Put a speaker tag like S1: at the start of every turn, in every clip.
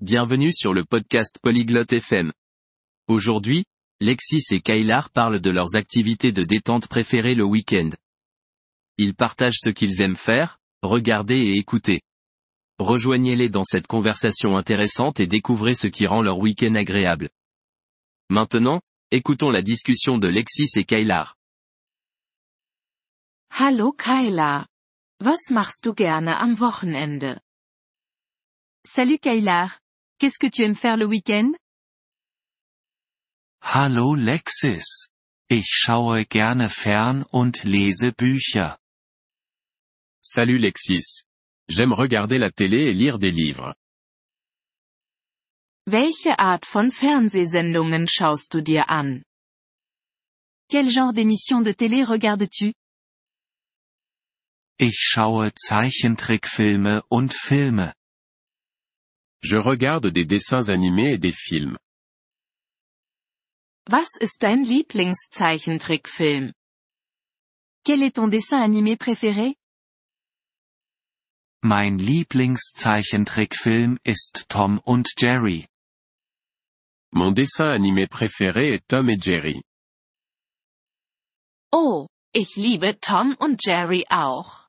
S1: Bienvenue sur le podcast Polyglotte FM. Aujourd'hui, Lexis et Kailar parlent de leurs activités de détente préférées le week-end. Ils partagent ce qu'ils aiment faire, regarder et écouter. Rejoignez-les dans cette conversation intéressante et découvrez ce qui rend leur week-end agréable. Maintenant, écoutons la discussion de Lexis et Kailar.
S2: Hallo Kayla. Was machst du gerne am Wochenende?
S3: Salut Kailar. Qu'est-ce que tu aimes faire le week-end
S4: Hallo Lexis. Ich schaue gerne fern und lese Bücher.
S5: Salut Lexis. J'aime regarder la télé et lire des livres.
S2: Welche Art von Fernsehsendungen schaust du dir an?
S3: Quel genre d'émission de télé regardes-tu
S4: Ich schaue Zeichentrickfilme und Filme.
S5: Je regarde des dessins animés et des films.
S2: Was ist dein Lieblingszeichentrickfilm?
S3: Quel est ton dessin animé préféré
S4: Mein Lieblingszeichentrickfilm ist Tom und Jerry.
S5: Mon dessin animé préféré est Tom et Jerry.
S2: Oh, ich liebe Tom und Jerry auch.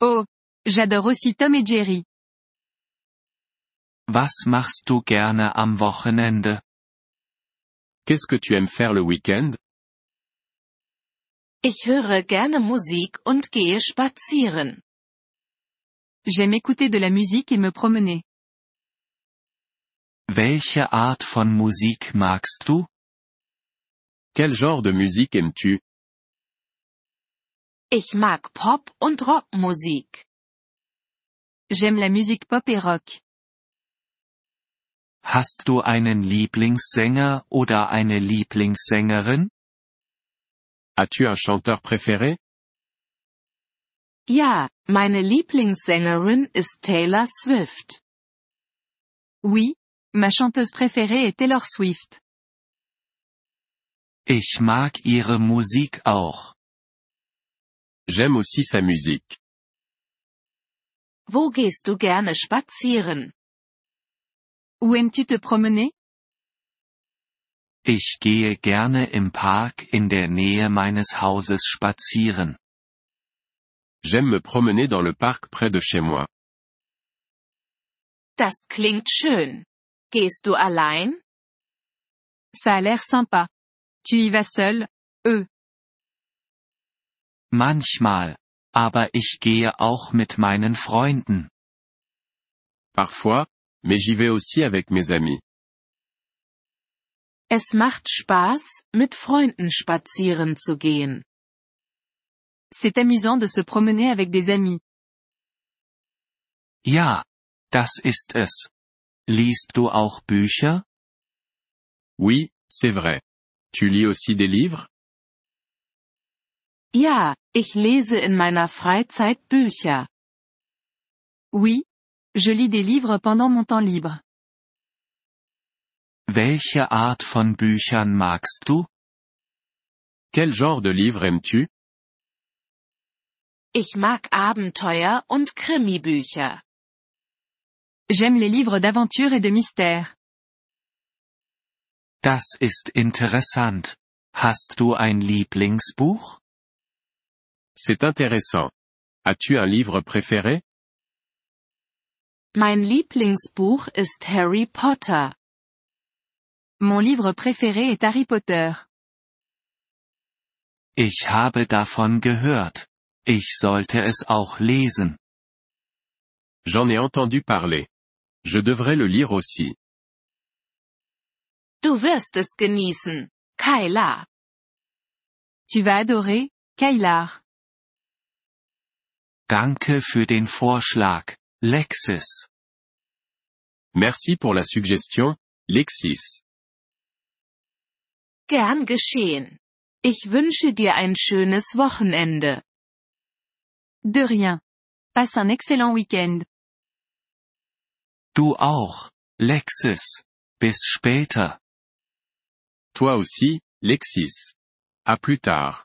S3: Oh, j'adore aussi Tom et Jerry.
S4: Was machst du gerne am Wochenende?
S5: Qu'est-ce que tu aimes faire le week-end
S2: Ich höre gerne Musik und gehe spazieren.
S3: J'aime écouter de la musique et me promener.
S4: Welche Art von Musik magst du?
S5: Quel genre de musique aimes-tu
S2: Ich mag Pop- und Rockmusik.
S3: J'aime la musique pop et rock.
S4: Hast du einen Lieblingssänger oder eine Lieblingssängerin?
S5: As-tu un chanteur préféré
S2: Ja, meine Lieblingssängerin ist Taylor Swift.
S3: Oui, ma chanteuse préférée est Taylor Swift.
S4: Ich mag ihre Musik auch.
S5: J'aime aussi sa musique.
S2: Wo gehst du gerne spazieren?
S3: Où aimes-tu te promener
S4: Ich gehe gerne im Park in der Nähe meines Hauses spazieren.
S5: J'aime me promener dans le parc près de chez moi.
S2: Das klingt schön. Gehst du allein?
S3: Ça a l'air sympa. Tu y vas seul
S4: Manchmal. Aber ich gehe auch mit meinen Freunden.
S5: Parfois, mais j'y vais aussi avec mes amis.
S2: Es macht Spaß, mit Freunden spazieren zu gehen.
S3: C'est amusant de se promener avec des amis.
S4: Ja. Das ist es. Liest du auch Bücher?
S5: Oui, c'est vrai. Tu lis aussi des livres
S2: Ja, ich lese in meiner Freizeit Bücher.
S3: Oui. Je lis des livres pendant mon temps libre.
S4: Welche Art von Büchern magst du?
S5: Quel genre de livres aimes-tu
S2: Ich mag Abenteuer und Krimibücher.
S3: J'aime les livres d'aventure et de mystère.
S4: Das ist interessant. Hast du ein Lieblingsbuch?
S5: C'est intéressant. As-tu un livre préféré
S2: Mein Lieblingsbuch ist Harry Potter.
S3: Mon livre préféré est Harry Potter.
S4: Ich habe davon gehört. Ich sollte es auch lesen.
S5: J'en ai entendu parler. Je devrais le lire aussi.
S2: Du wirst es genießen, Kayla.
S3: Tu vas adorer, Kailar.
S4: Danke für den Vorschlag, Lexis.
S5: Merci pour la suggestion, Lexis.
S2: Gern geschehen. Ich wünsche dir ein schönes Wochenende.
S3: De rien. Passe un excellent week-end.
S4: Du auch, Lexis. Bis später.
S5: Toi aussi, Lexis. À plus tard.